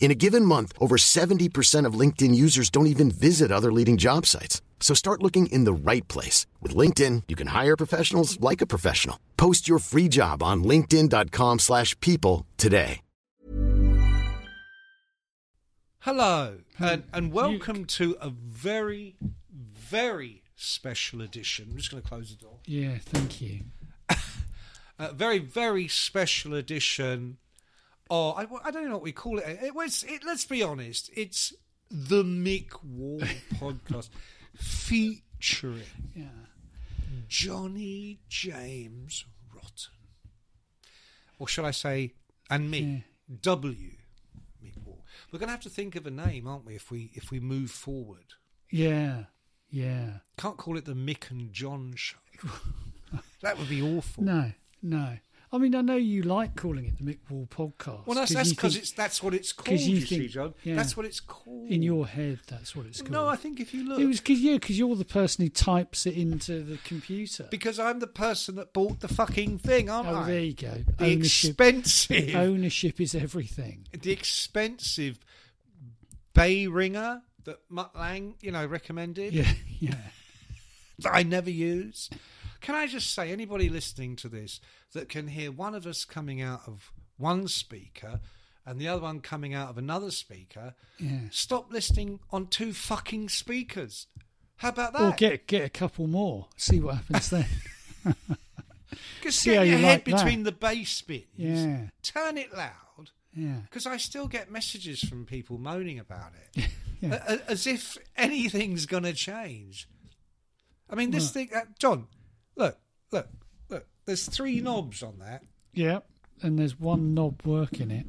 In a given month, over 70% of LinkedIn users don't even visit other leading job sites. So start looking in the right place. With LinkedIn, you can hire professionals like a professional. Post your free job on linkedin.com/people slash people today. Hello, and, and welcome to a very, very special edition. I'm just going to close the door. Yeah, thank you. A very, very special edition. Oh, I, I don't know what we call it. It was. It, let's be honest. It's the Mick Wall podcast featuring Yeah. Johnny James Rotten, or shall I say, and me, W. Mick Wall. We're going to have to think of a name, aren't we? If we if we move forward, Yeah. Yeah. can't call it the Mick and John show. that would be awful. No, no. I mean, I know you like calling it the Mick Wall podcast. well, that's that's you because think it's that's what it's called. you You, see, think- John. yeah. That's what it's called in your head. That's what it's called. No, I think if you look, it was because yeah, because you're the person who types it into the computer. because I'm the person that bought the fucking thing, aren't oh, I? there you go. the ownership. expensive. Oh. Ownership is everything. the expensive bay ringer that Mutt Lang, you know, recommended Yeah, yeah. that I never use. Can I just say, anybody listening to this that can hear one of us coming out of one speaker and the other one coming out of another speaker, Yeah. stop listening on two fucking speakers. How about that? Or get get a couple more. See what happens then. Just see get how your you head like that. between the bass bins. Yeah. Turn it loud. yeah. Because I still get messages from people moaning about it. Yeah. A- a- as if anything's going to change. I mean, this thing, uh, John, look, look, look. There's three knobs on that. Yeah. And there's one knob working it.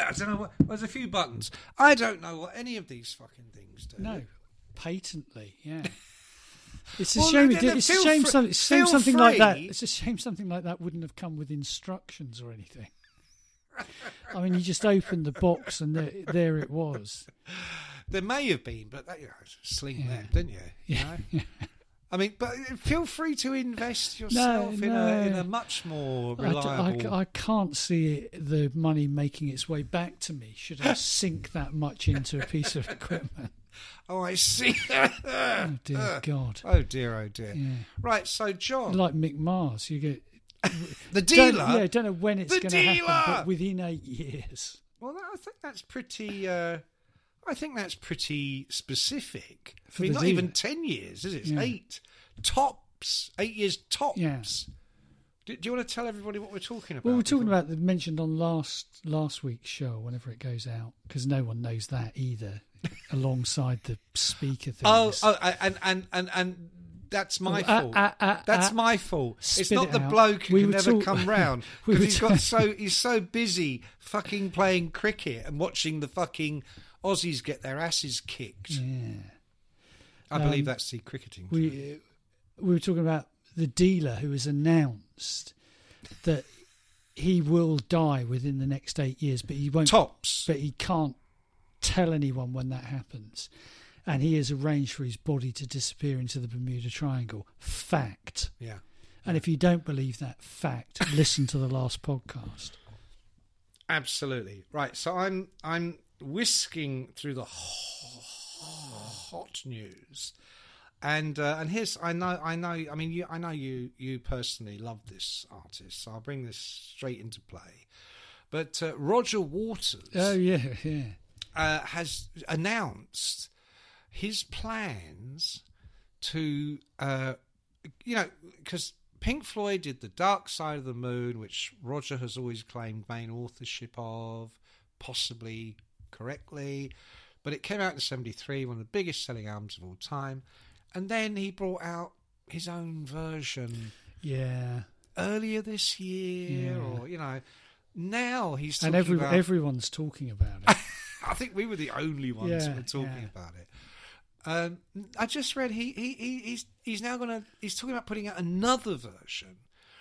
I don't know what. There's a few buttons. I don't know what any of these fucking things do. No, patently, yeah. It's a Well, shame. then- It did, then it's a feel shame. free- some- it's a shame feel something like that. free. It's a shame something like that wouldn't have come with instructions or anything. I mean, you just opened the box and there, there it was. There may have been, but that, you know, sling them, didn't you? you know? I mean, but uh, feel free to invest yourself in, a, no. in a much more I d- I, reliable. c- I can't see it, the money making its way back to me. Should I sink that much into a piece of equipment? oh, I see. Oh dear God! oh dear, oh dear. Right, so John, Like Mick Mars, you get the don't, oh. dealer. yeah. Don't know when it's The going to happen, dealer! but within eight years. Well, that- I think that's pretty. Uh, I think that's pretty specific. I For mean, the not even dealer. ten years, is it? It's Yeah. Eight tops. Eight years tops. Yeah. Do, do you want to tell everybody what we're talking about? Well, we're talking before- about the mentioned on last last week's show, whenever it goes out, because no one knows that either. alongside the speaker thing. Oh, oh, I- and and and and that's my Oh, ah, fault. ah, ah, that's ah. my fault. It's Spit not it the out. bloke who We can were never talk- come round We because were he's got talk- so he's so busy fucking playing cricket and watching the fucking Aussies get their asses kicked. yeah. Um, I believe that's the cricketing. term. We uh, we were talking about the dealer who has announced that he will die within the next eight years, but he won't. tops. But he can't tell anyone when that happens, and he has arranged for his body to disappear into the Bermuda Triangle. Fact. yeah. And if you don't believe that fact, listen to the last podcast. Absolutely right. So I'm I'm whisking through the hot news, and uh, and here's I know I know I mean you I know you you personally love this artist, so I'll bring this straight into play. But uh, Roger Waters Oh yeah, yeah. uh, has announced his plans to, uh, you know, because Pink Floyd did The Dark Side of the Moon, which Roger has always claimed main authorship of, possibly correctly, but it came out in 73, one of the biggest selling albums of all time. And then he brought out his own version Yeah. earlier this year, Yeah. or, you know, now he's talking And every about. everyone's talking about it. I think we were the only ones Yeah, who were talking yeah. about it. Um, I just read he, he, he he's he's now gonna he's talking about putting out another version,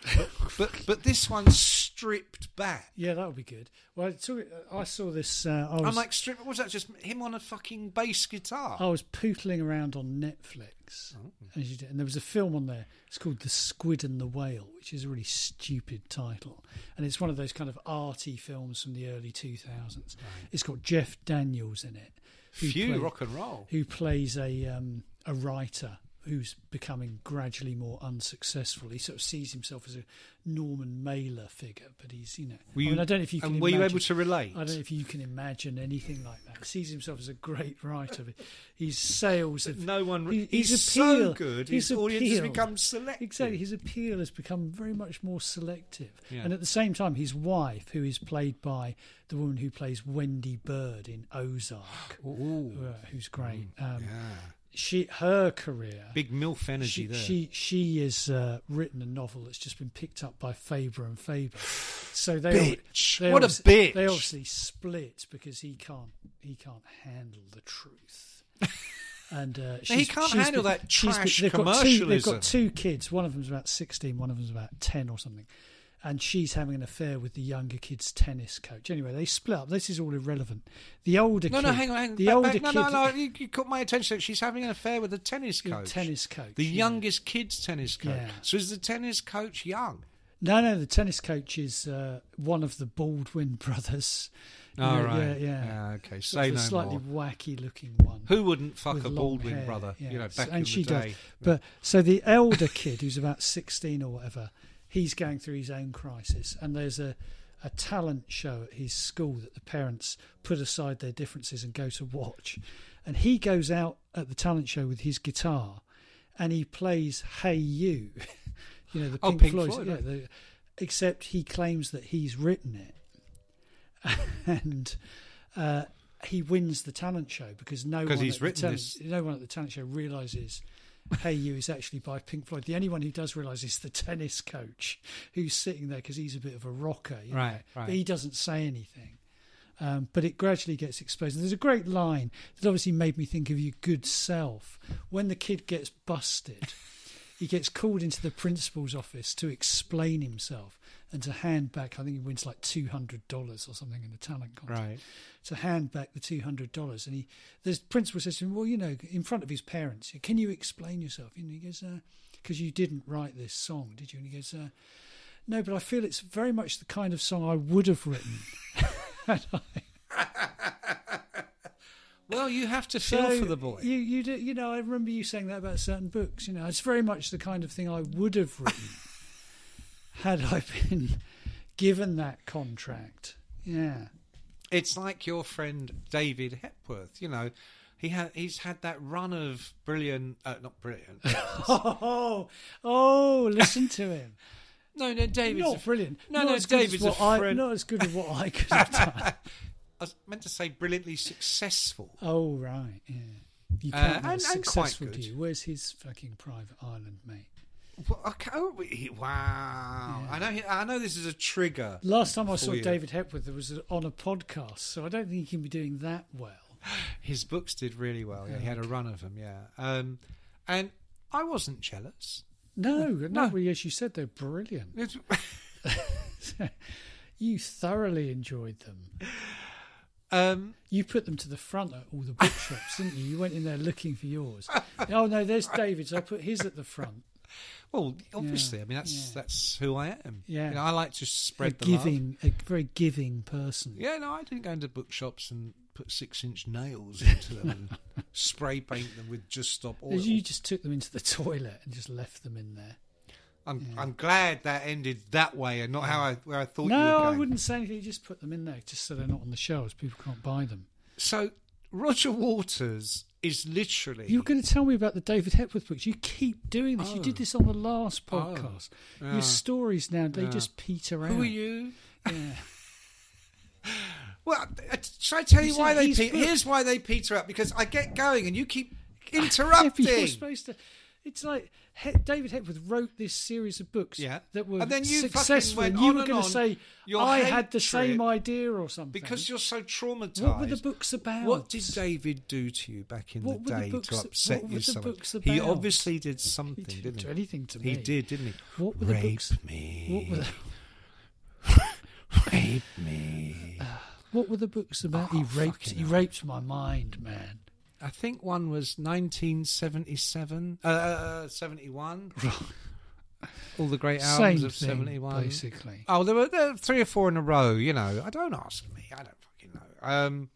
but but, but this one's stripped back. Yeah, that would be good. Well, I, took, I saw this. Uh, I was, I'm like stripped. What's that? Just him on a fucking bass guitar. I was pootling around on Netflix, Mm-hmm. as you did, and there was a film on there. It's called The Squid and the Whale, which is a really stupid title, and it's one of those kind of arty films from the early two thousands. It's got Jeff Daniels in it, who Phew, played- rock and roll. who plays a um, a writer who's becoming gradually more unsuccessful. He sort of sees himself as a Norman Mailer figure, but he's you know. Were I mean, you- I don't know if you can. and were you imagine- able to relate? I don't know if you can imagine anything like that. He sees himself as a great writer, but his sales have No one. he- he's his so appeal- good. his His audience has appeal- become selective. Exactly, his appeal has become very much more selective, Yeah. and at the same time, his wife, who is played by the woman who plays Wendy Bird in Ozark, Ooh, Mm. uh, who's great, um, yeah. she her career Big milf energy she, there. she she has uh, written a novel that's just been picked up by Faber and Faber. So they al- Bitch. they What a obvi- bitch. They obviously split because he can't he can't handle the truth. And uh, she's- can't she's handle been- that she's been- trash they've Got two, they've commercialism. got two kids. One of them's about sixteen. One of them's about ten or something. And she's having an affair with the younger kid's tennis coach. Anyway, they split up. This is all irrelevant. The older no, kid, no, hang on, hang on. the Back- older back- kid, no, no, no. You, you caught my attention. She's having an affair with a tennis the coach. tennis coach, the yeah. youngest kid's tennis coach. Yeah. So is the tennis coach young? No, no, the tennis coach is uh, one of the Baldwin brothers. You know, Yeah, yeah. Oh, Ah, okay. Sort Say of no the slightly more. wacky looking one. Who wouldn't fuck with a long Baldwin hair, brother? yeah. You know, So- back and in she the day. Does. But so the elder kid, who's about sixteen or whatever, he's going through his own crisis, and there's a a talent show at his school that the parents put aside their differences and go to watch, and he goes out at the talent show with his guitar, and he plays "Hey You," you know the Oh, Pink, Pink Floyd, Floyd, yeah, right. the, except he claims that he's written it, and uh, he wins the talent show because no one Because he's at the written talent- this. No one at the talent show realizes "Hey You" is actually by Pink Floyd. The only one who does realize is the tennis coach who's sitting there because he's a bit of a rocker, you know. Right, right. But he doesn't say anything. Um, but it gradually gets exposed. And there's a great line that obviously made me think of your good self. When the kid gets busted, he gets called into the principal's office to explain himself and to hand back. I think he wins like two hundred dollars or something in the talent contest Right. to hand back the two hundred dollars. And he, the principal says to him, "Well, you know, in front of his parents, can you explain yourself?" And he goes, "Because you didn't write this song, did you?" And he goes, uh, "No, but I feel it's very much the kind of song I would have written." Well, you have to feel for the boy. You, you do, you know, I remember you saying that about certain books. You know, it's very much the kind of thing I would have written had I been given that contract. Yeah. it's like your friend David Hepworth. You know, he ha- he's had that run of brilliant, uh, not brilliant. Oh, oh, listen to him. no, no, David's a not brilliant. No, not no, as good David's a as what I, friend. not as good as what I could have done. I was meant to say brilliantly successful. oh right, yeah. You Uh, can't be and- as and quite successful, good. do you? Where's his fucking private island, mate? Well, okay, oh, he- wow! I know. He, I know this is a trigger. Last time I saw you. David Hepworth, it was on a podcast, so I don't think he can be doing that well. His books did really well. Yeah, he had a run of them. Yeah, um, and I wasn't jealous. No, no, well, as you said, they're brilliant. It's- You thoroughly enjoyed them. um, You put them to the front at all the bookshops, didn't you? You went in there looking for yours. Oh no, there's David's. I put his at the front. well, obviously, I mean that's yeah. that's who I am. Yeah. you know, I like to spread a the love. giving, a very giving person. Yeah, no, I didn't go into bookshops and put six-inch nails into them and spray paint them with just stop oil. You just took them into the toilet and just left them in there. I'm I'm glad that ended that way and not how I where I thought you were No, I going. wouldn't say anything. Just put them in there, just so they're not on the shelves. People can't buy them. So Roger Waters is literally You were going to tell me about the David Hepworth books. You keep doing this. You did Oh. this on the last podcast. Your stories now they just peter out. Ah. Who are you? Yeah. Well, uh, should I tell you, You why said they he's pe- booked. here's why they peter up because I get going and you keep Yeah, but interrupting. you're supposed to. It's like he- David Hepworth wrote this series of books Yeah. that were And then you fucking successful, went and you on were and going on to say your I hate had the same trip idea or something. because you're so traumatized. what were the books about? What did David do to you back in What the were the day books- to upset what you were the so much? books He about? obviously did He something, didn't didn't he? do anything to he me. did, didn't he? What were the Rape books? me. What were the, Rape me. what were the books about? Oh, he raped. fucking He hell. raped my mind, man. I think one was 1977, uh, uh, 71. All the great Same albums thing, of 71. basically. Oh, there were, there were three or four in a row, you know. I don't ask me. I don't fucking know. Um,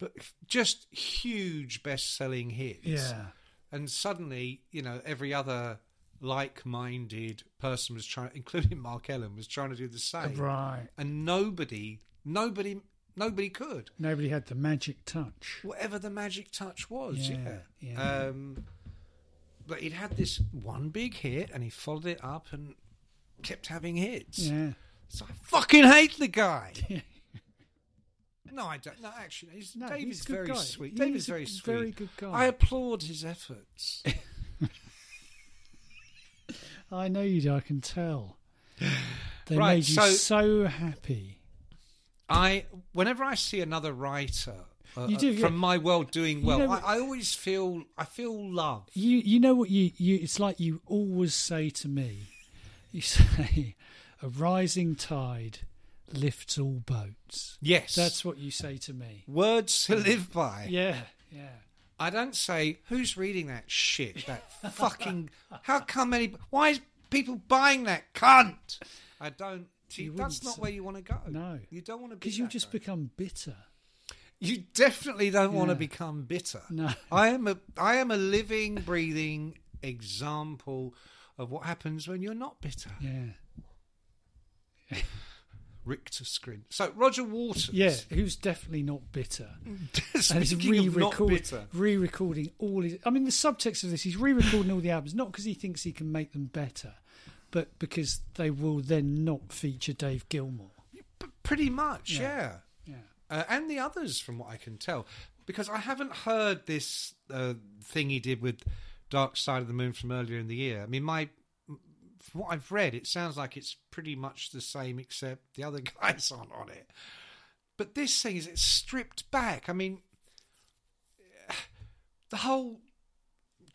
but just huge best selling hits. Yeah. And suddenly, you know, every other like minded person was trying, including Mark Ellen, was trying to do the same. Right. And nobody, nobody, nobody could Nobody had the magic touch. whatever the magic touch was. Yeah. Yeah, yeah. Um, but he'd had this one big hit and he followed it up and kept having hits. Yeah. So I fucking hate the guy. no, I don't. No, actually, he's, No, David's he's a good very guy. sweet. He David's is a very sweet. very good guy. I applaud his efforts. I know you do. I can tell. They Right, made you so- so, happy. I, whenever I see another writer. Uh, You do, uh, yeah. from my world doing well. know- I, I always feel I feel love. You you know what you you it's like you always say to me. You say a rising tide lifts all boats. Yes, That's what you say to me. words to live by. Yeah. Yeah. I don't say who's reading that shit. That fucking. How come any? Why is people buying that cunt? I don't. See, You that's wouldn't not say- where you want to go. No. you don't want to be. Because you that guy. just become bitter. you definitely don't want to Yeah. become bitter. No. I am a. I am a living, breathing example of what happens when you're not bitter. Yeah. Richter Scrin. So Roger Waters. Yeah, who's definitely not bitter. And he's Speaking of not re-record, bitter. re-recording all his. I mean, the subtext of this, he's re-recording all the albums, not because he thinks he can make them better, but because they will then not feature Dave Gilmour. P- pretty much, Yeah. yeah. Yeah, uh, and the others, from what I can tell, because I haven't heard this uh, thing he did with Dark Side of the Moon from earlier in the year. I mean, my from what I've read, it sounds like it's pretty much the same, except the other guys aren't on it. But this thing is it's stripped back. I mean, the whole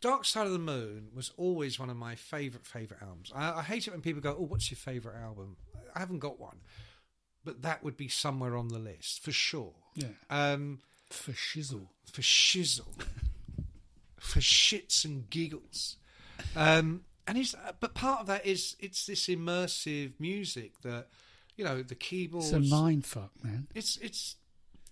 Dark Side of the Moon was always one of my favorite favorite albums. I, I hate it when people go, "Oh, what's your favorite album?" I haven't got one, but that would be somewhere on the list for sure. yeah, Um, for shizzle. for shizzle, for shits and giggles. Um, and it's, but part of that is it's this immersive music that you know the keyboards. It's a mindfuck, man. it's it's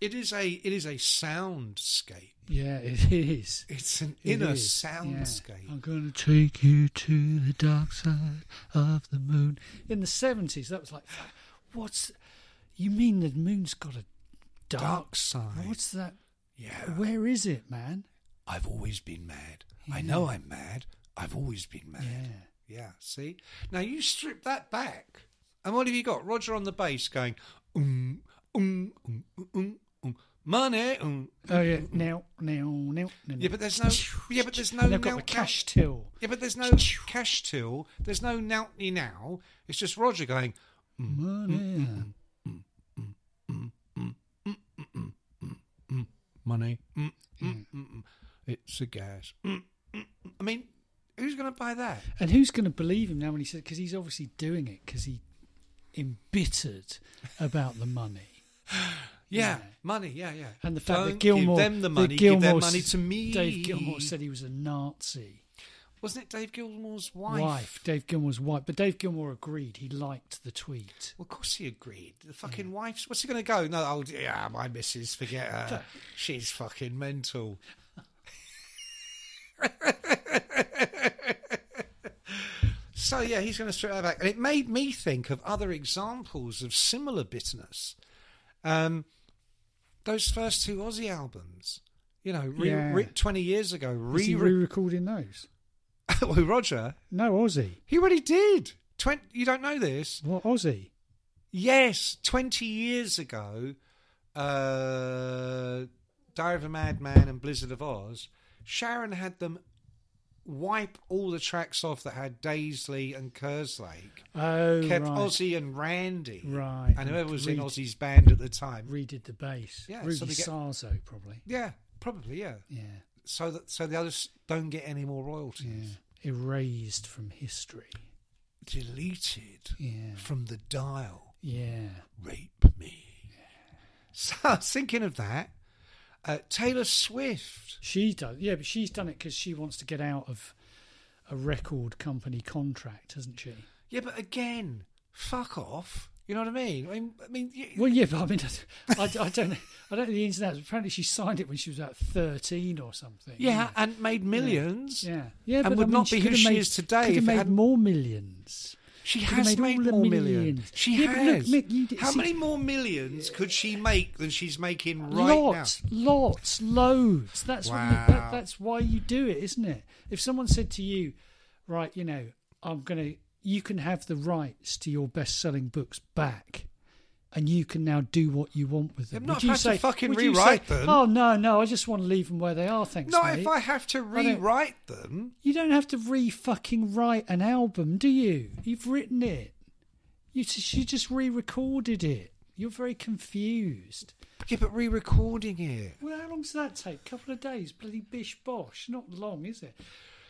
it is a it is a soundscape. Yeah, it is. It's an It inner is. soundscape. Yeah. I'm going to take you to the dark side of the moon. In the 70s, that was like, what's. You mean the moon's got a dark, Dark side. What's that? Yeah, Where is it, man? I've always been mad. I know I'm mad. I've always been mad. Yeah. see? Now you strip that back. And what have you got? Roger on the bass going, um, um, um, um, um, um, money, um. Oh yeah, now, now, now. now. Yeah, but there's no. Yeah, but there's no. And they've got now- the cash till. Yeah, but there's no cash till. There's no noutney now. It's just Roger going, Mm-hmm. money. Money. Mm, mm, Hmm. mm, mm. It's a gas. Mm, mm, mm. I mean, who's going to buy that? And who's going to believe him now when he says? Because he's obviously doing it because he embittered about the money Yeah, money. Yeah, yeah. and the fact Don't that Gilmore, give them the money. that give their Gilmore money s- to me. Dave Gilmore said he was a Nazi wasn't it Dave Gilmore's wife? Dave Gilmore's wife, but Dave Gilmore agreed. He liked the tweet. Well, of course he agreed. The fucking wife's. What's he going to go? No, oh, yeah, my missus. Forget her. She's fucking mental. so yeah, he's going to strip that back, and it made me think of other examples of similar bitterness. Um, those first two Aussie albums, you know, re- Yeah. re- twenty years ago, Is he re- re-recording those? well, Roger, No, Aussie. he already did. Twenty. You don't know this. What Aussie? Yes, 20 years ago, uh, Diary of a Madman and Blizzard of Oz, Sharon had them wipe all the tracks off that had Daisley and Kerslake. Oh, kept right. Ozzy and Randy, Right. and whoever was in Agreed. Ozzy's band at the time. Redid the bass. Yeah, so Rudy they get- Sarzo, probably. Yeah, probably yeah. Yeah. So that so the others don't get any more royalties. Erased from history. Deleted Yeah. from the dial. Yeah. Rape me. So I was thinking of that. Uh, Taylor Swift. She does. Yeah, but she's done it because she wants to get out of a record company contract, hasn't she? Yeah, but again, fuck off. You know what I mean? I mean, I mean y- Well, yeah, but I mean, I, I don't, I don't know the ins and outs. Apparently, she signed it when she was about thirteen or something. yeah, and made millions. yeah, yeah. And but would I mean, not be who could've she made- is today Could if have it made hadn't- more millions. She Could have has made, made all the more millions. millions. She Yeah, but look, has. Mick, you did- How see- many more millions could she make than she's making right lots, lots, loads. That's what you, Wow. that, that's why you do it, isn't it? If someone said to you, right, you know, I'm gonna, you can have the rights to your best-selling books back, and you can now do what you want with them. I'm not would you about to say, fucking would you rewrite say, them. Oh no, no, I just want to leave them where they are. Thanks, now? Not mate. if I have to don't- rewrite them. You don't have to re-fucking write an album, do you? You've written it. You just, you just re-recorded it. You're very confused. Yeah, but re-recording it. Well, how long does that take? couple of days, bloody bish bosh. Not long, is it?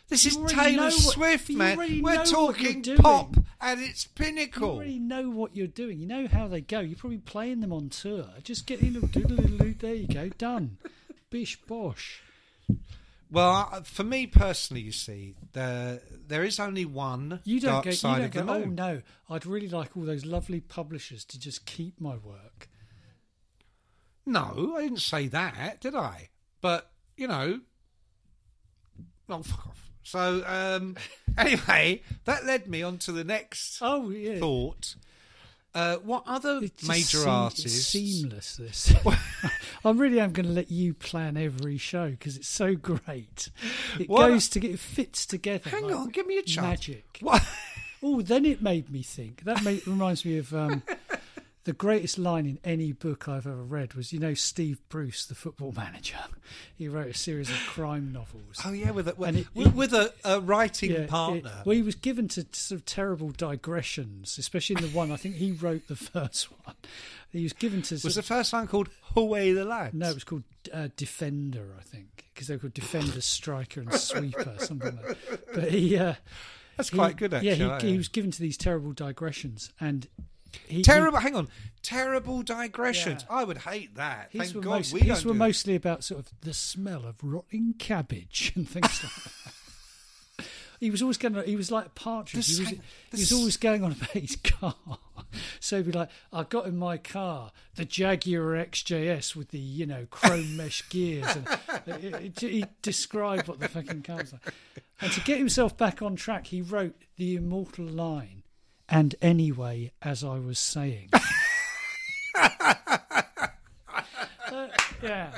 This You is already know Taylor what- Swift, you man. already know We're what talking you're doing. pop at its You pinnacle. already know what you're doing. You know how they go. You're probably playing them on tour. Just get in and doodle doodle. There you go. Done. Bish bosh. Well, I- for me personally, you see, there there is only one You don't dark go. side You of don't go. the Oh moon. no! I'd really like all those lovely publishers to just keep my work. No, I didn't say that, did I? But you know, oh fuck off. So um, anyway, that led me on to the next Oh yeah. thought. Uh, what other It just major seem- It's artists? seamless. This. I really am going to let you plan every show because it's so great. It What- goes to it fits together. Hang like on, give me a chance. Magic. What? Oh, then it made me think. That made, reminds me of um, the greatest line in any book I've ever read was, you know, Steve Bruce, the football manager. He wrote a series of crime novels. Oh yeah, with a with, And it- with, with a, a writing Yeah, it- partner. well, he was given to sort of terrible digressions, especially in the one I think he wrote the first one. He was given to sort was of- the first one called Away the Lads? No, it was called uh, Defender, I think, because they were called Defender, Striker, and Sweeper, something like that. But he, uh, that's he- quite good actually. eh? Yeah, he, yeah. he was given to these terrible digressions, and he, terrible. hang on, terrible digressions. Yeah. I would hate that. His Thank were, God most- we his don't. were do that. mostly about sort of the smell of rotting cabbage and things like that. He was always going. On, he was like a partridge. This he, was, hang- he was this- always going on about his car. So he'd be like, "I got in my car the Jaguar XJS with the you know chrome mesh gears," and it, it, he described what the fucking car was like. And to get himself back on track, he wrote the immortal line, "And anyway, as I was saying." Uh, yeah.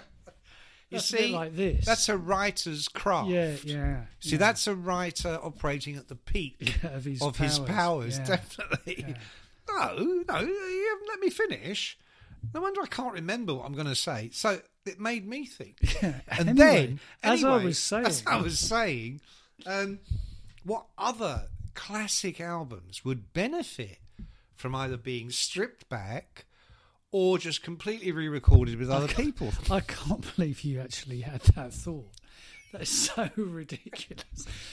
You That's see, a bit like this. that's a writer's craft. Yeah, yeah. See, that's a writer operating at the peak Of his of his powers, powers, yeah. definitely. No, no, you haven't let me finish. No wonder I can't remember what I'm going to say. So it made me think. and Anyway, then, as I anyway, was saying- as I was saying, um, what other classic albums would benefit from either being stripped back or just completely re-recorded with other people? I can't believe you actually had that thought. That is so ridiculous.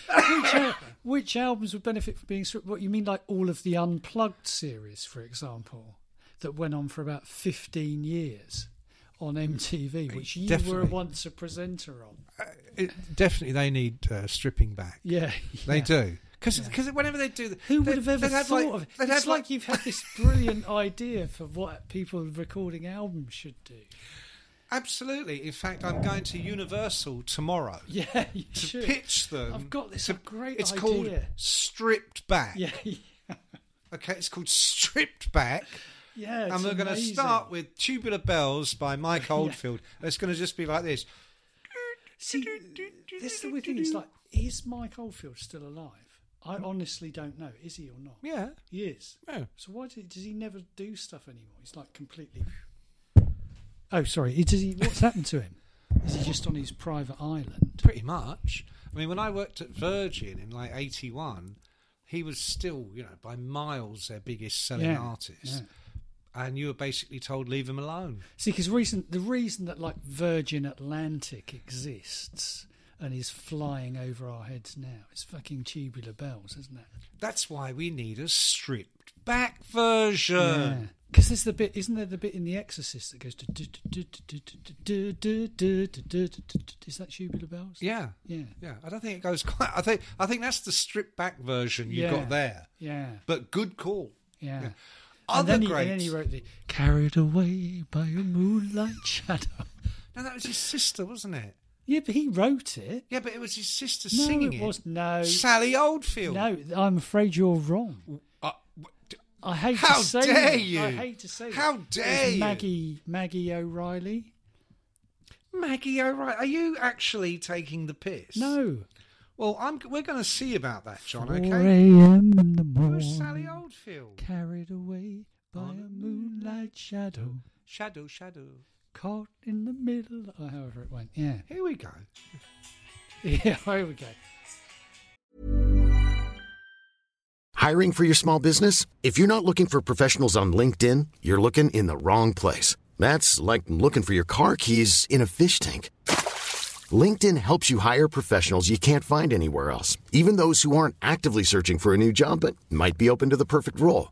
Which, al- which albums would benefit from being stripped? What you mean, like all of the Unplugged series, for example, that went on for about fifteen years on MTV, which you were Mm, Definitely. once a presenter on. It- definitely, they need uh, stripping back. Yeah, They yeah. do. Because whenever they do, th- Who they- would have ever they'd have thought like- of it? they'd It's have like you've had this brilliant idea for what people recording albums should do. absolutely. In fact, I'm going to Universal tomorrow Yeah, you to should. pitch them. I've got this to- great It's idea. called Stripped Back. yeah, Okay, it's called Stripped Back, yeah. and it's we're going to amazing. start with Tubular Bells by Mike Oldfield. It's going to just be like this. See, this is the weird thing. It's like, is Mike Oldfield still alive? I honestly don't know. Is he or not? Hmm. Yeah. He is. No. So why did, does he never do stuff anymore? He's like completely. Oh, sorry. Does he? What's happened to him? Is he just on his private island? Pretty much. I mean, when I worked at Virgin in like '81, he was still, you know, by miles their biggest selling Yeah, artist. And you were basically told leave him alone. See, because reason the reason that like Virgin Atlantic exists and is flying over our heads now is fucking tubular bells, isn't it? That's why we need a stripped back version. Because there's the bit, isn't there the bit in The Exorcist that goes to do do do do do do do do do do do do? Is that tubular bells? Yeah. Yeah. Yeah, I don't think it goes quite. I think I think that's the stripped back version you Yeah. got there. Yeah. But good call. Yeah. And Other then, he, and then greats. he wrote the "Carried Away by a Moonlight Shadow." No, that was his sister, wasn't it? yeah, but he wrote it. Yeah, but it was his sister No, singing it was no, Sally Oldfield. no. I'm afraid you're wrong. Uh, w- d- I hate How to say dare that. you. I hate to say that. How It was dare you. Maggie Maggie O'Reilly? Maggie O'Reilly, are you actually taking the piss? No. Well, I'm. We're going to see about that, John. 4 Okay. a.m. in the Who's Sally morning. Oldfield? Carried away by a moonlight shadow, Shadow, shadow. caught in the middle, or however it went. Yeah. Here we go. Yeah, here we go. Hiring for your small business? If you're not looking for professionals on LinkedIn, you're looking in the wrong place. That's like looking for your car keys in a fish tank. LinkedIn helps you hire professionals you can't find anywhere else, even those who aren't actively searching for a new job but might be open to the perfect role.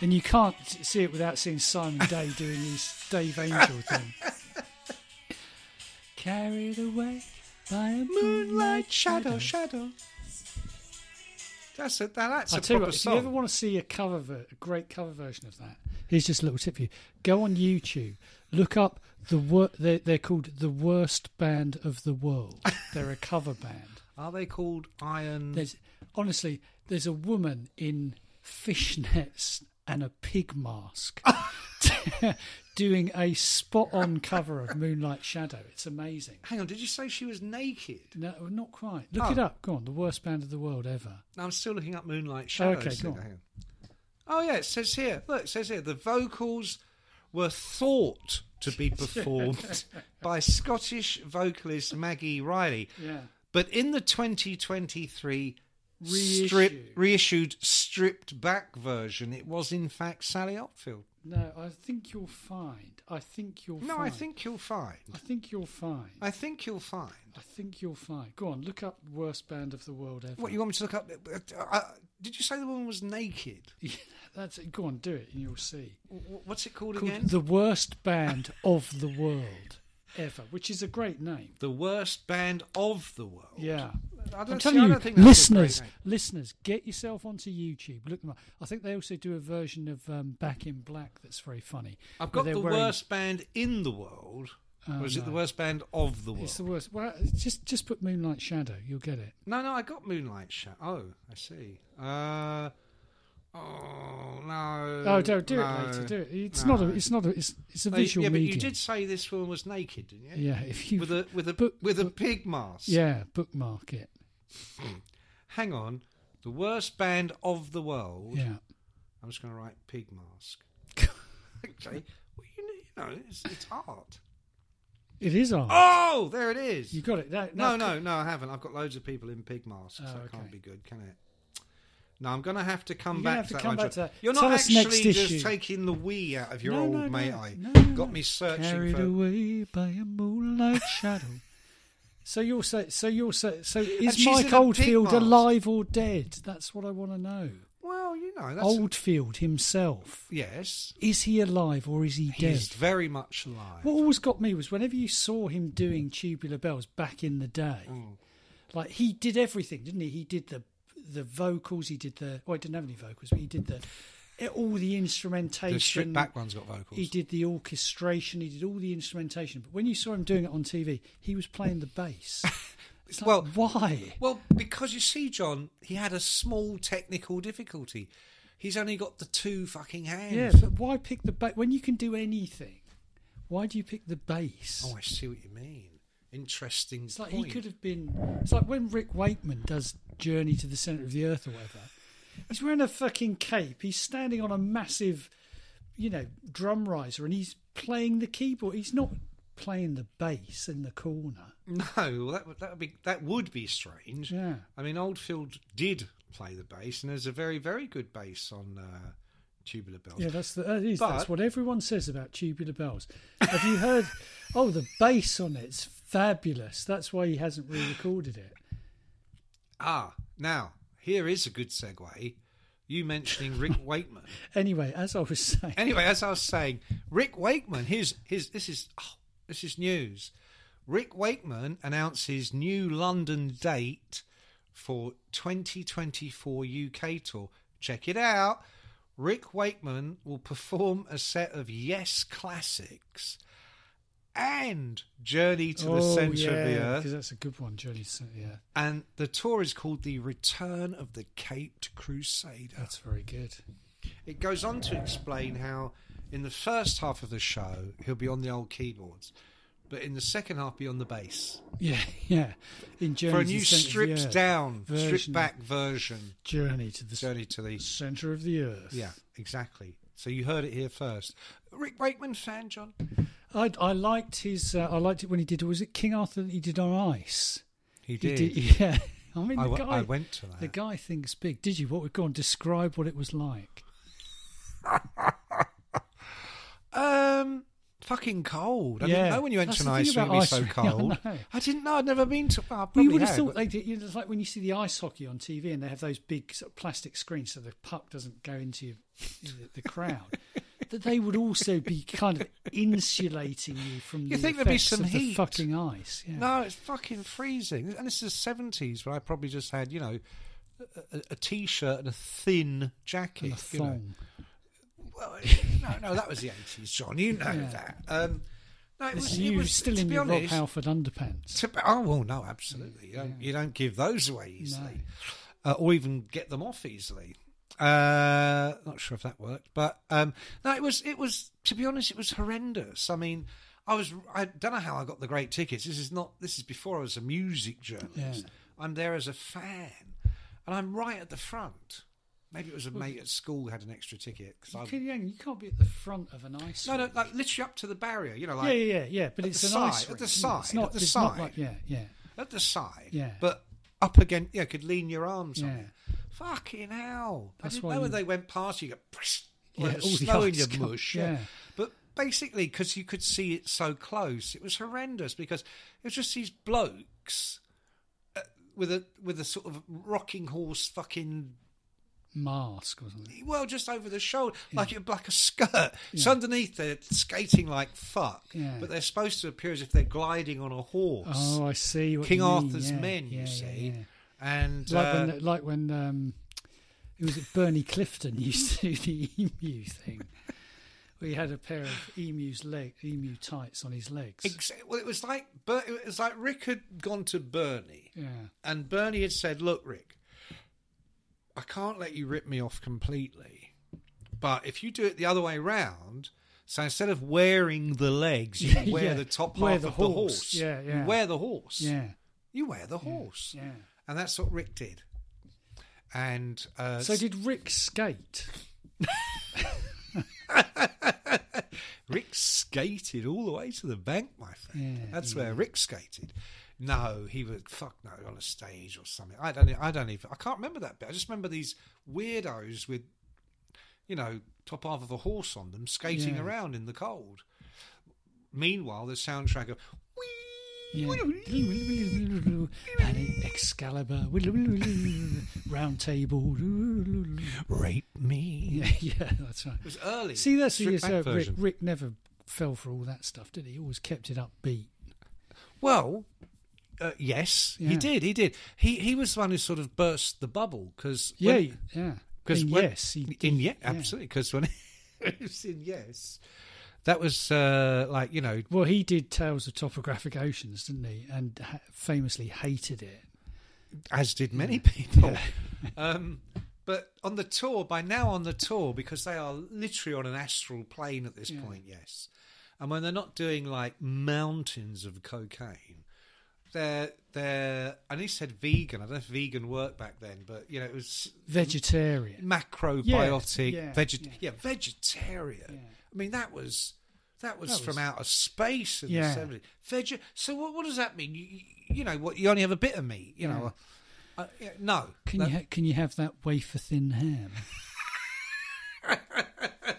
And you can't s- see it without seeing Simon Day doing his Dave Angel thing. Carried away by a Moonlight, moonlight shadow, shadow. That's a that, that's I a tell you proper what, if you song. ever want to see a cover, ver- a great cover version of that, here's just a little tip for you: go on YouTube, look up the wor- they're, they're called the worst band of the world. They're a cover band. Are they called Iron? There's honestly, there's a woman in fishnets and a pig mask doing a spot-on cover of Moonlight Shadow. It's amazing. Hang on, did you say she was naked? No, not quite. Look it Oh. up. Go on, the worst band of the world ever. No, I'm still looking up Moonlight Shadows. okay, go on. Hang on. Oh yeah, it says here. Look, it says here the vocals were thought to be performed by Scottish vocalist Maggie Riley, Yeah. but in the 2023 Reissue. strip, reissued stripped back version, it was in fact Sally Oldfield. No, I think you'll find. I think you'll No, find. I think you'll find. I think you'll find. I, I think you'll find. think you'll find. Go on, look up worst band of the world ever. What you want me to look up? Uh, uh, did you say the woman was naked? Yeah, that's it. Go on, do it, and you'll see. Wh- What's it called, Called again? the worst band of the world ever, which is a great name. the worst band of the world. Yeah, I don't, I'm see- telling I you, don't think that's a listeners, great name. listeners, get yourself onto YouTube. Look them up. I think they also do a version of um, Back in Black that's very funny. I've got where they're the wearing- worst band in the world. Oh, or is it the no. worst band of the world? It's the worst. Well, just just put Moonlight Shadow, you'll get it. No, no, I got Moonlight Shadow. Oh, I see. Uh, oh no. Oh, don't do no, it later. Do it. It's no. not a. It's not a. It's it's a No, Oh, you- visual Yeah, medium. but you did say this woman was naked, didn't you? Yeah, if you With a with a book- with a book- pig mask. yeah bookmark it. Hang on. The worst band of the world. Yeah, I'm just going to write pig mask. okay. Well, you know, you know it's, it's art. it is on. Oh, there it is. You got it. That, No, that- no, no, I haven't. I've got loads of people in pig masks. Oh, that okay. can't be good, can it? No, I'm going to have to come You're back gonna have to to that. come one, back John. to that. You're Tell not us actually next just issue. taking the wee out of your No, old no, mate. no, I no, got no. me searching Carried for. away by a moonlight shadow. So you're so so you're so so And is she's in Mike a pig Oldfield mask. alive or dead? That's what I want to know. Well, Well, you know, that's Oldfield himself. yes. Is he alive or is he dead? He's very much alive. What always got me was whenever you saw him doing tubular bells back in the day, Mm. like he did everything, didn't he? He did the the vocals, he did the well, he didn't have any vocals, but he did the it- all the instrumentation. the stripped back one's got vocals. He did the orchestration, he did all the instrumentation. But when you saw him doing it on TV, he was playing the bass. It's like, Well- why? Well, because you see, John, he had a small technical difficulty. He's only got the two fucking hands. Yeah, but why pick the bass when you can do anything? Why do you pick the bass? Oh, I see what you mean. Interesting. It's like point. he could have been. It's like when Rick Wakeman does Journey to the Center of the Earth or whatever. He's wearing a fucking cape. He's standing on a massive, you know, drum riser, and he's playing the keyboard. He's not playing the bass in the corner. No, well, that would that would be that would be strange. Yeah. I mean, Oldfield did play the bass, and there's a very very good bass on uh, Tubular Bells. Yeah, that's the, that is, that's But- what everyone says about Tubular Bells. Have you heard? oh, the bass on it's fabulous. That's why he hasn't re-recorded it. Ah, now here is a good segue. You mentioning Rick Wakeman. Anyway, as I was saying, Anyway, as I was saying, Rick Wakeman. His his this is oh, this is news. Rick Wakeman announces new London date for 2024 UK tour. Check it out. Rick Wakeman will perform a set of Yes classics and Journey to Oh, the Centre of the Earth. because that's a good one, Journey to the Centre. Yeah, And the tour is called The Return of the Caped Crusader. that's very good. It goes on to explain how, in the first half of the show, he'll be on the old keyboards, but in the second half, be on the bass. Yeah, yeah. In Journey For a to new the Centre of the stripped Earth down, version stripped of back version Journey to the journey to the. Centre of the Earth. Yeah, exactly. So you heard it here first. Rick Wakeman fan, John? I I liked his. Uh, I liked it when he did. Was it King Arthur that he did on ice? He did. yeah. I mean, I, the w- guy. I went to that. The guy thinks big. Did you? What we go on? Describe what it was like. Um, fucking cold. I Yeah. didn't know when you went That's to the an thing ice about room, it was ice so rink, I cold. know. I didn't know. I'd never been to. Well, I Well, probably you would have had, thought but- they did. You know, it's like when you see the ice hockey on TV and they have those big sort of plastic screens so the puck doesn't go into your, the, the crowd. that they would also be kind of insulating you from You the think there'd be effects some of the heat? fucking ice. Yeah. No, it's fucking freezing. And this is the 70s where I probably just had, you know, a, a- a t shirt and a thin jacket. and a you know. thong. Well, no, no, that was the 80s, John. You know Yeah. that. Um, no, it It's was, you it was still to in be your honest, Rob Halford underpants. to be- oh, well, no, absolutely. You don't, you don't give those away easily uh, or even get them off easily. Uh, not sure if that worked, but um, no, it was, it was, to be honest, it was horrendous. I mean, I was, I don't know how I got the great tickets. This is not, this is before I was a music journalist. I'm there as a fan and I'm right at the front. Maybe it was a mate at school who had an extra ticket because You, I, can, you can't be at the front of an ice. no, no, rink. like literally up to the barrier, you know, like yeah, yeah, yeah, yeah. But at it's the an side, ice. at rink, the isn't it? It's side, not, at the it's not side. like- yeah, yeah. at the side. Yeah. But up again, yeah, could lean your arms on Yeah. it. Fucking hell. That's I didn't why know when you- they went past you, go, "Psh," Yeah, like the all the snow in ice your come- mush. Yeah. yeah. But basically, because you could see it so close, it was horrendous because it was just these blokes uh, with a with a sort of rocking horse fucking Mask or something. well just over the shoulder like it like a skirt it's Yeah. underneath they're skating like fuck Yeah. but they're supposed to appear as if they're gliding on a horse Oh, I see. What King you mean, Arthur's yeah, men, you yeah, yeah, see. yeah. And like uh, when, like when um, it was at Bernie Clifton used to do the emu thing. We had a pair of emu's leg, emu tights on his legs. ex- well, it was like Ber- it was like Rick had gone to Bernie, yeah, and Bernie had said, "Look, Rick, I can't let you rip me off completely, but if you do it the other way round." So instead of wearing the legs, you Yeah, wear yeah. the top Wear half the of the horse. horse. Yeah, yeah. You wear the horse. yeah, You wear the horse. yeah. And that's what Rick did. And uh, So did Rick skate? Rick skated all the way to the bank, my friend. Yeah, That's where Rick skated. No, he was fuck no on a stage or something. I don't. I don't even. I can't remember that bit. I just remember these weirdos with, you know, top half of a horse on them skating Yeah. around in the cold. Meanwhile, the soundtrack of wee Yeah. And Excalibur, round table. Rape me. Yeah, yeah, that's right. It was early. See, that's the Stripped back uh, Rick, version. Rick never fell for all that stuff, did he? He always kept it upbeat. Well, uh, yes, he Yeah. did. He did. He he was the one who sort of burst the bubble because Yeah, yeah. because And yes, he did, in yeah, absolutely because when it was in yes, that was uh, like you know Well, he did Tales of Topographic Oceans, didn't he? And ha- famously hated it. as did many people. um, but on the tour, by now on the tour, because they are literally on an astral plane at this point, yes. And when they're not doing like mountains of cocaine, they're they're and he said vegan. I don't know if vegan worked back then, but you know it was Mm, Vegetarian. macrobiotic, yeah, veget- yeah. yeah. vegetarian. I mean, that was that was That from was- outer space in Yeah. the seventies. Veg. So what, what does that mean? You, you know, what you only have a bit of meat. You know, uh, yeah, no. Can That- you ha- can you have that wafer thin ham? I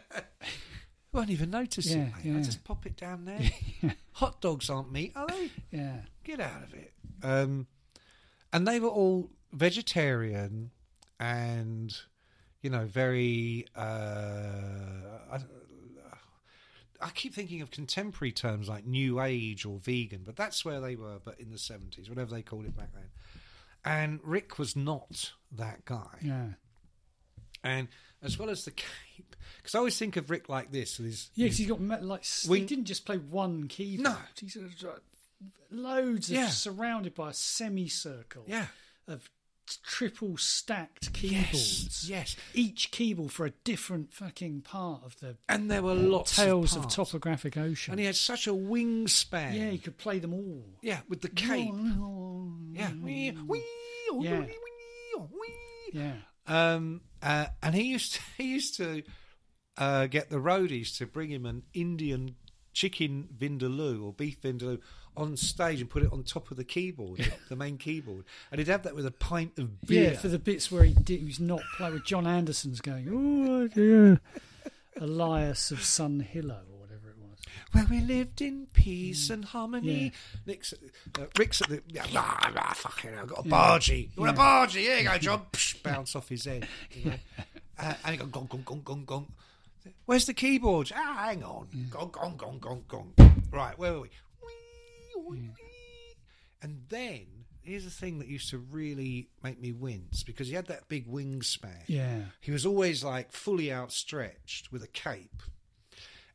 won't even notice Yeah, it, mate. yeah. I just pop it down there. Hot dogs aren't meat, are they? Yeah, Get out of it. Um, and they were all vegetarian and, you know, very. Uh, I, I keep thinking of contemporary terms like New Age or vegan, but that's where they were, but in the 70s, whatever they called it back then. And Rick was not that guy yeah, and as well as the cape, because I always think of Rick like this with his yeah. Because he got met, like s he Mm. We- didn't just play one keyboard. No. he's uh, dr- loads of Yeah. surrounded by a semicircle yeah of triple stacked yes keyboards. yes, each keyboard for a different fucking part of the and there were lots Tales of, of, parts. Topographic Ocean. and he had such a wingspan. yeah, he could play them all. yeah, with the cape. Yeah, Wee- wee- oh, Yeah. wee- oh, wee. yeah. Um, uh, and he used to, he used to uh, get the roadies to bring him an Indian chicken vindaloo or beef vindaloo on stage and put it on top of the keyboard, the main keyboard, and he'd have that with a pint of beer. Yeah, for the bits where he did, he's not playing with John Anderson's going, oh dear, Elias of Sun Hillow or whatever it was. where we lived in peace and harmony. Nick's, uh, Rick's at the yeah, rah, rah, fucking, I've got a bargee. You want a bargee? Here you go, John. Psh, bounce off his head. you know. Uh, and he go gong gong gong gong gong. Where's the keyboard? Ah, hang on. Gong gong gong gong gong. Right, where were we? Wee, wee, wee. And then here's the thing that used to really make me wince because he had that big wingspan. Yeah, He was always like fully outstretched with a cape.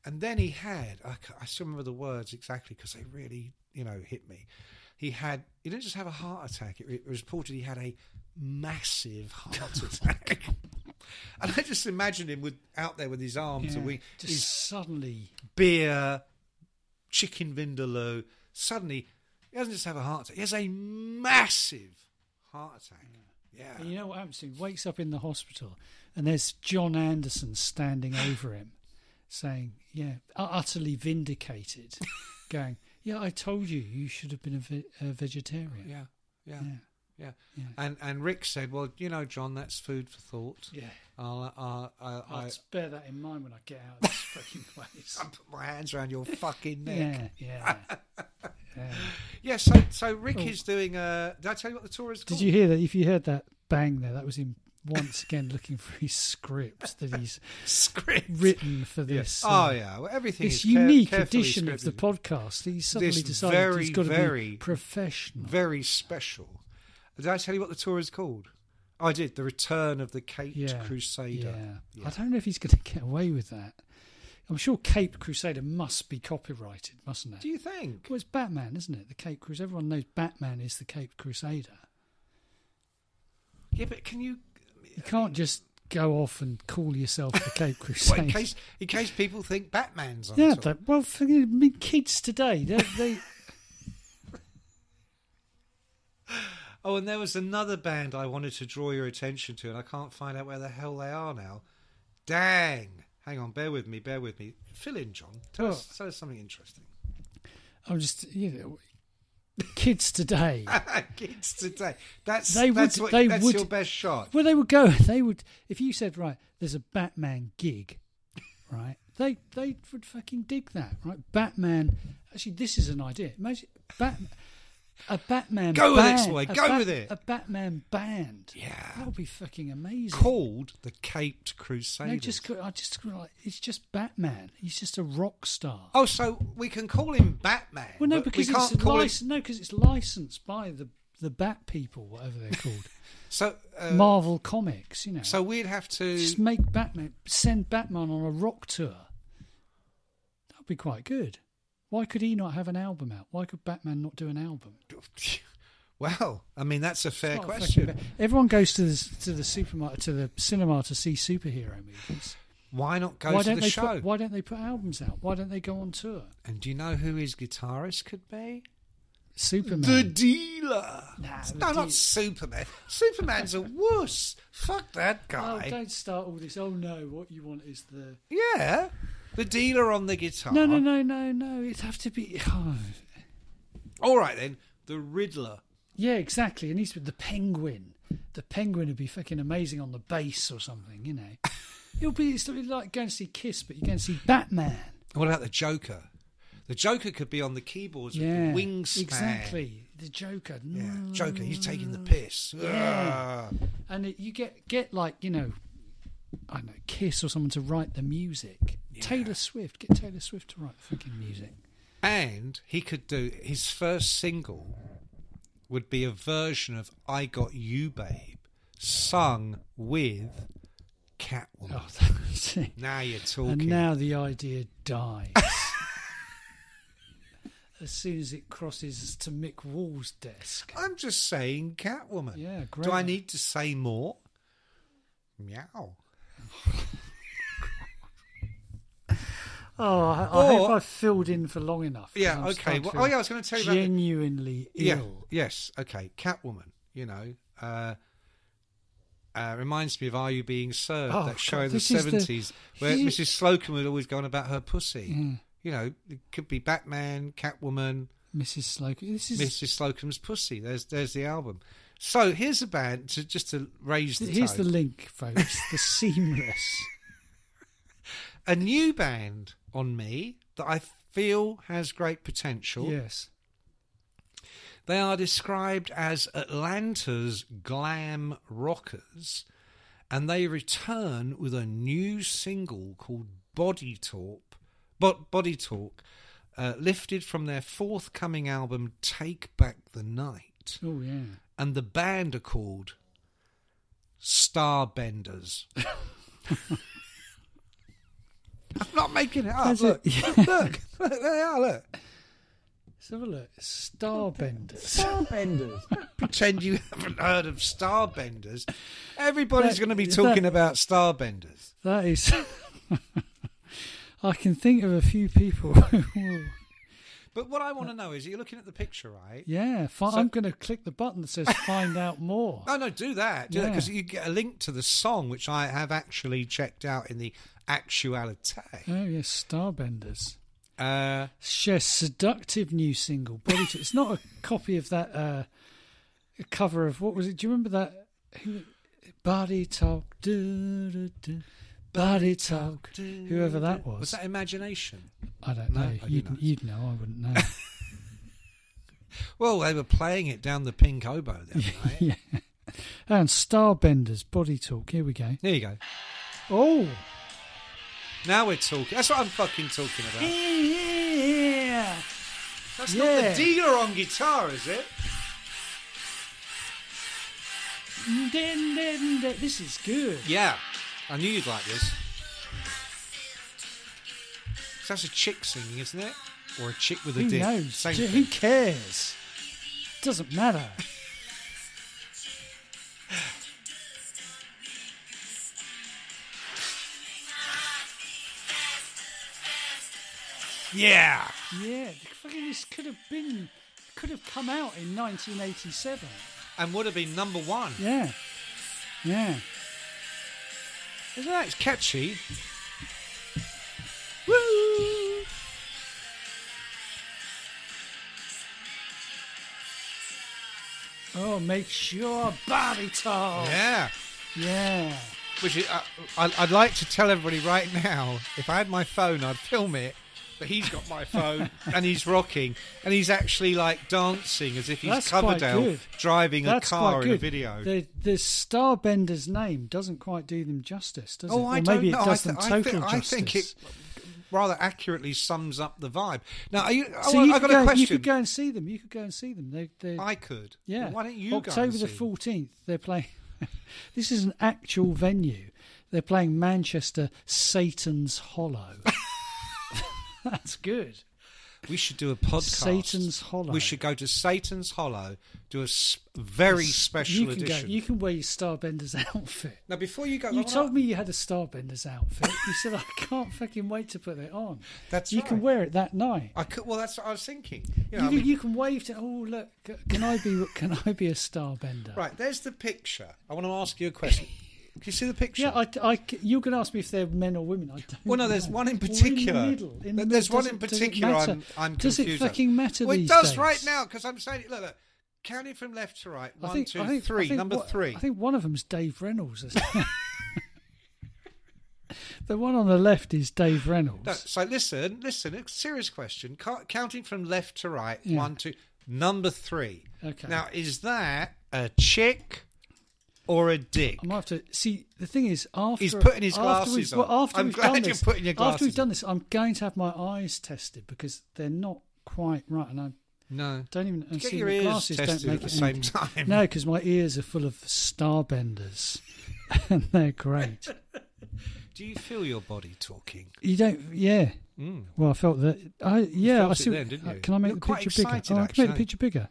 And then he had, I, ca- I still remember the words exactly because they really, you know, hit me. He had, he didn't just have a heart attack, it, it was reported he had a massive heart attack. and I just imagine him with out there with his arms yeah. and we, just his suddenly, beer, chicken vindaloo. Suddenly, he doesn't just have a heart attack, he has a massive heart attack. Yeah. and you know what happens to him? He wakes up in the hospital and there's John Anderson standing over him saying, yeah, u- utterly vindicated, going, yeah, I told you you should have been a, ve- a vegetarian. Yeah, yeah, Yeah. yeah. Yeah. And and Rick said, "Well, you know, John, that's food for thought. Yeah. I'll, I'll, I'll, I'll i just bear that in mind when I get out of this fucking place. I'll put my hands around your fucking neck." Yeah, yeah. yeah. Yeah. so so Rick Oh. is doing. Uh, did I tell you what the tour is called? Did you hear that? If you heard that bang there, that was him once again looking for his script that he's script? written for this. Oh uh, yeah, well, everything. is This care- unique carefully edition of the scripted. podcast. He suddenly This decided he's very, got to be very- professional. Very special. Did I tell you what the tour is called? Oh, I did. The Return of the Caped yeah, Crusader. Yeah. I don't know if he's going to get away with that. I'm sure Cape Crusader must be copyrighted, mustn't it? Do you think? well, it's Batman, isn't it? The Cape Crusader. Everyone knows Batman is the Cape Crusader. Yeah, but can you? You can't just go off and call yourself the Cape Well, Crusader. in case in case people think Batman's on yeah, tour. but, well, for, I mean, kids today, they, they Oh, and there was another band I wanted to draw your attention to, and I can't find out where the hell they are now. Dang! Hang on, bear with me, bear with me. Fill in, John. Tell, us, Oh. tell us something interesting. I'm just, you know, kids today. Kids today. That's They would- that's, what, they that's would- your best shot. well, they would go, they would, if you said, right, there's a Batman gig, right? They they would fucking dig that, right? Batman. Actually, this is an idea. Imagine Bat- a Batman Go with it, band, Sway, a go with it. A Batman band. Yeah. That would be fucking amazing. Called the Caped Crusaders. No, just I just like it's just Batman. He's just a rock star. Oh, so we can call him Batman. well, no, but because we can't it's call licensed. him. No, because it's licensed by the the Bat people, whatever they're called, So, uh, Marvel Comics. You know, so we'd have to. just make Batman send Batman on a rock tour. That'd be quite good. Why could he not have an album out? Why could Batman not do an album? well, I mean, that's a fair It's not a question. fucking ba- Everyone goes to the to the supermarket to the cinema to see superhero movies. Why not go why to don't the they show? Put, why don't they put albums out? Why don't they go on tour? and do you know who his guitarist could be? Superman. The dealer. Nah, the no, deal- not Superman. Superman's a wuss. Fuck that Oh, guy. don't start all this. Oh no, what you want is the yeah. The dealer on the guitar. no, no, no, no, no. It'd have to be. Oh. All right then. The Riddler. Yeah, exactly. It needs to be the penguin. The penguin would be fucking amazing on the bass or something. You know, it'll be it's like going to see Kiss, but you're going to see Batman. What about the Joker? The Joker could be on the keyboards Yeah, with the wingspan. exactly. The Joker. Yeah. Joker, he's taking the piss. Ah. Yeah. Ugh. and it, you get get like you know, I don't know Kiss or someone to write the music. Taylor Swift, get Taylor Swift to write the fucking music. And he could do his first single would be a version of I Got You Babe sung with Catwoman. Oh, that's it. Now you're talking. And now the idea dies. as soon as it crosses to Mick Wall's desk. I'm just saying Catwoman. Yeah, Do I great. need to say more? Meow. Oh, I, I hope hope Or- I've I've filled in for long enough. Yeah, I'm okay. starting to Well, oh, feel yeah, I was gonna tell you about the- Genuinely ill. Yeah. Yes. Okay. Catwoman. You know, uh, uh, reminds me of "Are You Being Served?" Oh, that show God, in the this is the- seventies, where You- Mrs. Slocum would always go on about her pussy. Mm. You know, it could be Batman, Catwoman, Mrs. Slocum. This is Mrs. Slocum's pussy. There's there's the album. So here's a band to just to raise the here's the tone. link, folks. the seamless. a new band on me that I feel has great potential. Yes. They are described as Atlanta's glam rockers, and they return with a new single called Body Talk, but Body Talk, uh, lifted from their forthcoming album Take Back the Night, Oh yeah. and the band are called Starbenders. I'm not making it up. That's Look, it. look, look, they are. Look, Let's have a look. Starbenders. Starbenders. pretend you haven't heard of Starbenders. Everybody's That- going to be that- talking about Starbenders. that is. I can think of a few people. who will- But what I want to know is, you're looking at the picture, right? yeah, fi- So- I'm going to click the button that says "Find out more." Oh, No, no, do that. Do that 'cause that because Yeah. you get a link to the song, which I have actually checked out in the actuality. Oh yes, Starbenders. Uh, Yes, seductive new single. Body Talk. It's not a copy of that uh, cover of what was it? Do you remember that? Who, body talk, do, do, do. body talk. Whoever that was, Uh, was that imagination? I don't know. No, I you'd, didn't know. you'd know. I wouldn't know. Well, they were playing it down the Pink Oboe the other night. yeah. And Starbenders, Body Talk. Here we go. There you go. Oh, Now we're talking. That's what I'm fucking talking about. yeah. That's not Yeah. the dealer on guitar, is it? Dun, dun, dun. This is good. Yeah, I knew you'd like this. So that's a chick singing, isn't it? Or a chick with a Who dick. knows? Same Ju- thing. Who cares? Doesn't matter. Yeah. Yeah, fucking this could have been, could have come out in 1987. And would have been number one. Yeah, yeah. Isn't that it's catchy? Woo! Oh, make sure Bobby talk. Yeah. yeah. uh, Which is, I, I, I'd like to tell everybody right now. If I had my phone, I'd film it but he's got my phone and he's rocking and he's actually like dancing as if he's That's quite Coverdale good. driving That's a car quite in a good. video. The, the Starbender's name doesn't quite do them justice, does it? oh, Or I don't maybe know. it I does th- them I, total thi- I justice. think it rather accurately sums up the vibe. Now, are you, so oh, you, I've got could go, a you question. could go and see them. You could go and see them. They, they, I could. yeah. Well, why don't you October go? the and see? fourteenth, they're playing. this is an actual venue. They're playing Manchester Satan's Hollow. That's good. We should do a podcast. Satan's Hollow. We should go to Satan's Hollow, do a s- very special you can edition. Go, you can wear your Starbender's outfit. now, before you go, I You wanna- told me you had a Starbender's outfit. You said I can't fucking wait to put it on. That's you can right. wear it that night. I could. Well, that's what I was thinking. You You, know, I can, mean- you can wave to. Oh look, c- can I be? Can I be a Starbender? right, there's the picture. I want to ask you a question. Can you see the picture? Yeah, I, I, you can ask me if they're men or women. I don't Well, no, there's know. one in Or particular. In the middle, in the there's middle. one in Does it- does it particular. matter? I'm, I'm Does it confused at. fucking matter Well, these it does days? right now because I'm saying, look, look, counting from left to right. I One, think- two, I think- I three. think Number what- three. I think one of them's Dave Reynolds. isn't it? the one on the left is Dave Reynolds. No, so listen, listen. A serious question. Ca- counting from left to right. Yeah. One, two. Number three. Okay. Now, is that a chick or a dick? I might have to see. The thing is, after He's putting his after we've- glasses on. Well, after I'm we've glad done you're this, putting your After we've glasses done this, I'm going to have my eyes tested because they're not quite right, and I No. don't even. and Get see, your my ears glasses tested don't at make the it same any- time. No, because my ears are full of starbenders, and they're great. Do you feel your body talking? You don't, yeah. Well, I felt that. I Mm. yeah. felt I it see. then, didn't uh, you? Can I make You're the quite picture bigger? excited, oh, I can make the actually. picture bigger.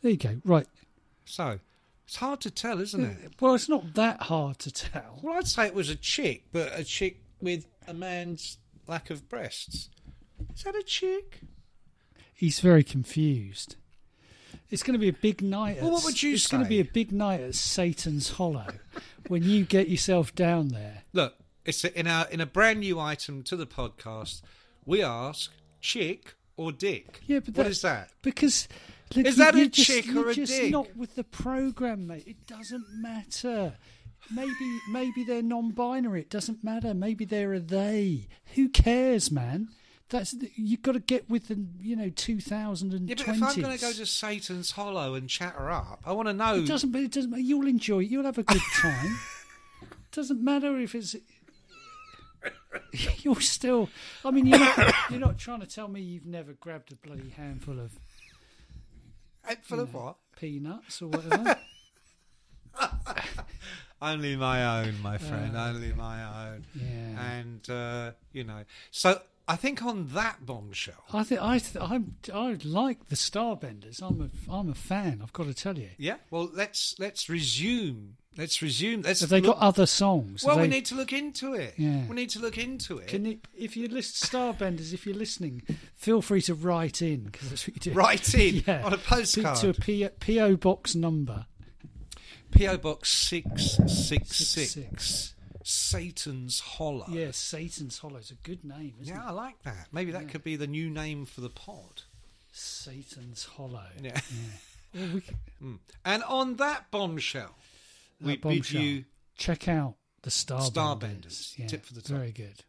There you go. Right. So it's hard to tell, isn't it? Well, it's not that hard to tell. Well, I'd say it was a chick, but a chick with a man's lack of breasts. Is that a chick? He's very confused. It's going to be a big night. Well, at- what would you It's going to be a say? big night at Satan's Hollow when you get yourself down there. Look, it's a, in our in a brand new item to the podcast. We ask chick or dick. Yeah, but what that- is that? Because look, Is you- that a you're just, chick or you're a just dick? Not with the program, mate. It doesn't matter. Maybe maybe they're non-binary. It doesn't matter. Maybe they're a they. Who cares, man? That's the- you've got to get with the you know two thousand and Yeah, but twenty. if I'm going to go to Satan's Hollow and chatter up, I want to know. it doesn't. But it doesn't. You'll enjoy it. You'll have a good time. doesn't matter if it's. You're still. I mean, you're not, you're not trying to tell me you've never grabbed a bloody handful of Head full of what? peanuts or whatever. Only my own, my friend. Only my own. Uh, yeah. And uh, you know, so I think on that bombshell. I think I th- I'm, I like the Starbenders. I'm a I'm a fan. I've got to tell you. Yeah. Well, let's let's resume. Let's resume. Let's Have they look- got other songs? Have Well, we they- need to look into it. Yeah. We need to look into it. Can you, if you list Starbenders, if you're listening, feel free to write in because that's what you do. Write in Yeah. on a postcard. to, to a P, PO box number. PO Box 666, Six, six. Satan's Hollow. Yeah, Satan's Hollow's a good name, isn't Yeah, it? I like that. Maybe that Yeah. could be the new name for the pod. Satan's Hollow. Yeah. Well, we, c- Hmm. And on that bombshell, that we bid bombshell. you check out the Starbenders. Starbenders. Tip for the top. Very good.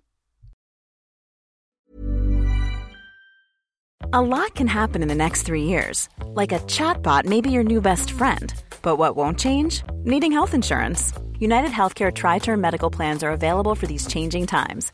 A lot can happen in the next three years. Like a chatbot may be your new best friend. But what won't change? Needing health insurance. United Healthcare Tri Term Medical Plans are available for these changing times.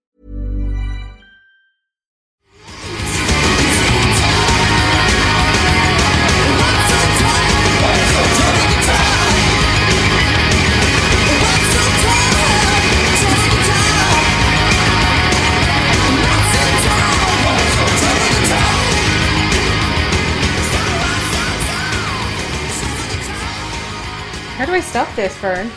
How do I stop this, Fern?